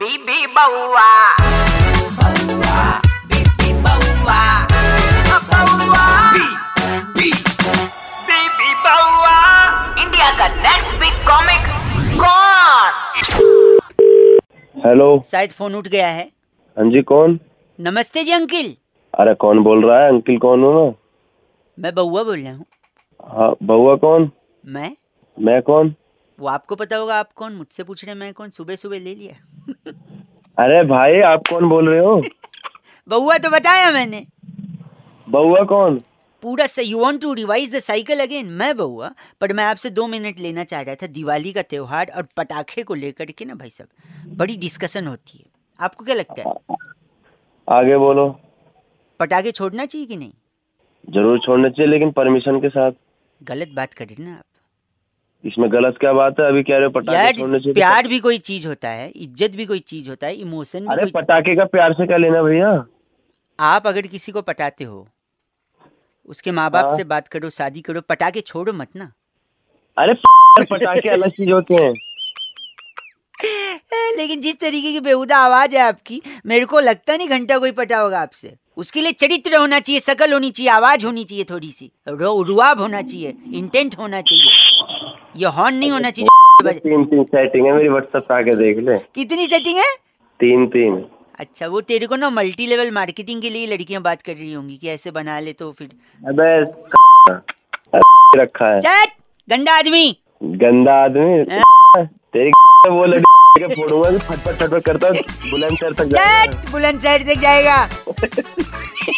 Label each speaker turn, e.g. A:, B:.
A: बीबी बउआ बउआ बीबी बउआ बउआ बीबी बीबी बउआ इंडिया का नेक्स्ट बिग कॉमिक कौन
B: हेलो
C: शायद फोन उठ गया है
B: हाँ जी कौन
C: नमस्ते जी अंकिल
B: अरे कौन बोल रहा है अंकिल कौन हो ना
C: मैं बउआ बोल रहा हूँ
B: हाँ बउआ कौन
C: मैं
B: मैं कौन
C: वो आपको पता होगा आप कौन मुझसे पूछ रहे हैं मैं कौन सुबह सुबह ले लिया
B: अरे भाई आप कौन बोल रहे हो
C: बउआ तो बताया मैंने
B: बउआ कौन
C: पूरा से you want to revise the cycle again मैं बउआ पर मैं आपसे दो मिनट लेना चाह रहा था दिवाली का त्यौहार और पटाखे को लेकर के ना भाई साहब बड़ी डिस्कशन होती है आपको क्या लगता है
B: आगे बोलो
C: पटाखे छोड़ना चाहिए कि नहीं
B: जरूर छोड़ना चाहिए लेकिन परमिशन के साथ
C: गलत बात कर रहे हैं ना आप
B: इसमें गलत क्या बात है अभी कह रहे हो पटाखे छोड़ने
C: यार
B: चाहिए तो
C: प्यार भी कोई चीज होता है इज्जत भी कोई चीज होता है इमोशन भी
B: अरे
C: कोई
B: पटाखे का प्यार से क्या लेना भैया
C: आप अगर किसी को पटाते हो उसके माँ बाप
B: हाँ।
C: से बात करो शादी करो पटाखे छोड़ो मत ना
B: अरे पटाखे अलग चीज होते हैं
C: ए, लेकिन जिस तरीके की बेहुदा आवाज है आपकी मेरे को लगता नहीं घंटा कोई पटा होगा आपसे उसके लिए चरित्र होना चाहिए शकल होनी चाहिए आवाज होनी चाहिए थोड़ी सी रो- रुआब होना चाहिए इंटेंट होना चाहिए ये हॉर्न नहीं होना चाहिए बज-
B: तीन तीन सेटिंग है मेरी व्हाट्सएप पे आके देख ले
C: कितनी सेटिंग है
B: तीन तीन
C: अच्छा वो तेरे को ना मल्टी लेवल मार्केटिंग के लिए लड़कियां बात कर रही होंगी कि ऐसे बना ले तो फिर
B: अबे रखा है
C: चट गंदा आदमी
B: गंदा आदमी
C: हैं?
B: तेरी वो लड़की के फोड़ूंगा तो फटफट फटफट करता बुलंदशहर तक जाएगा
C: बुलंद साइड तक जाएगा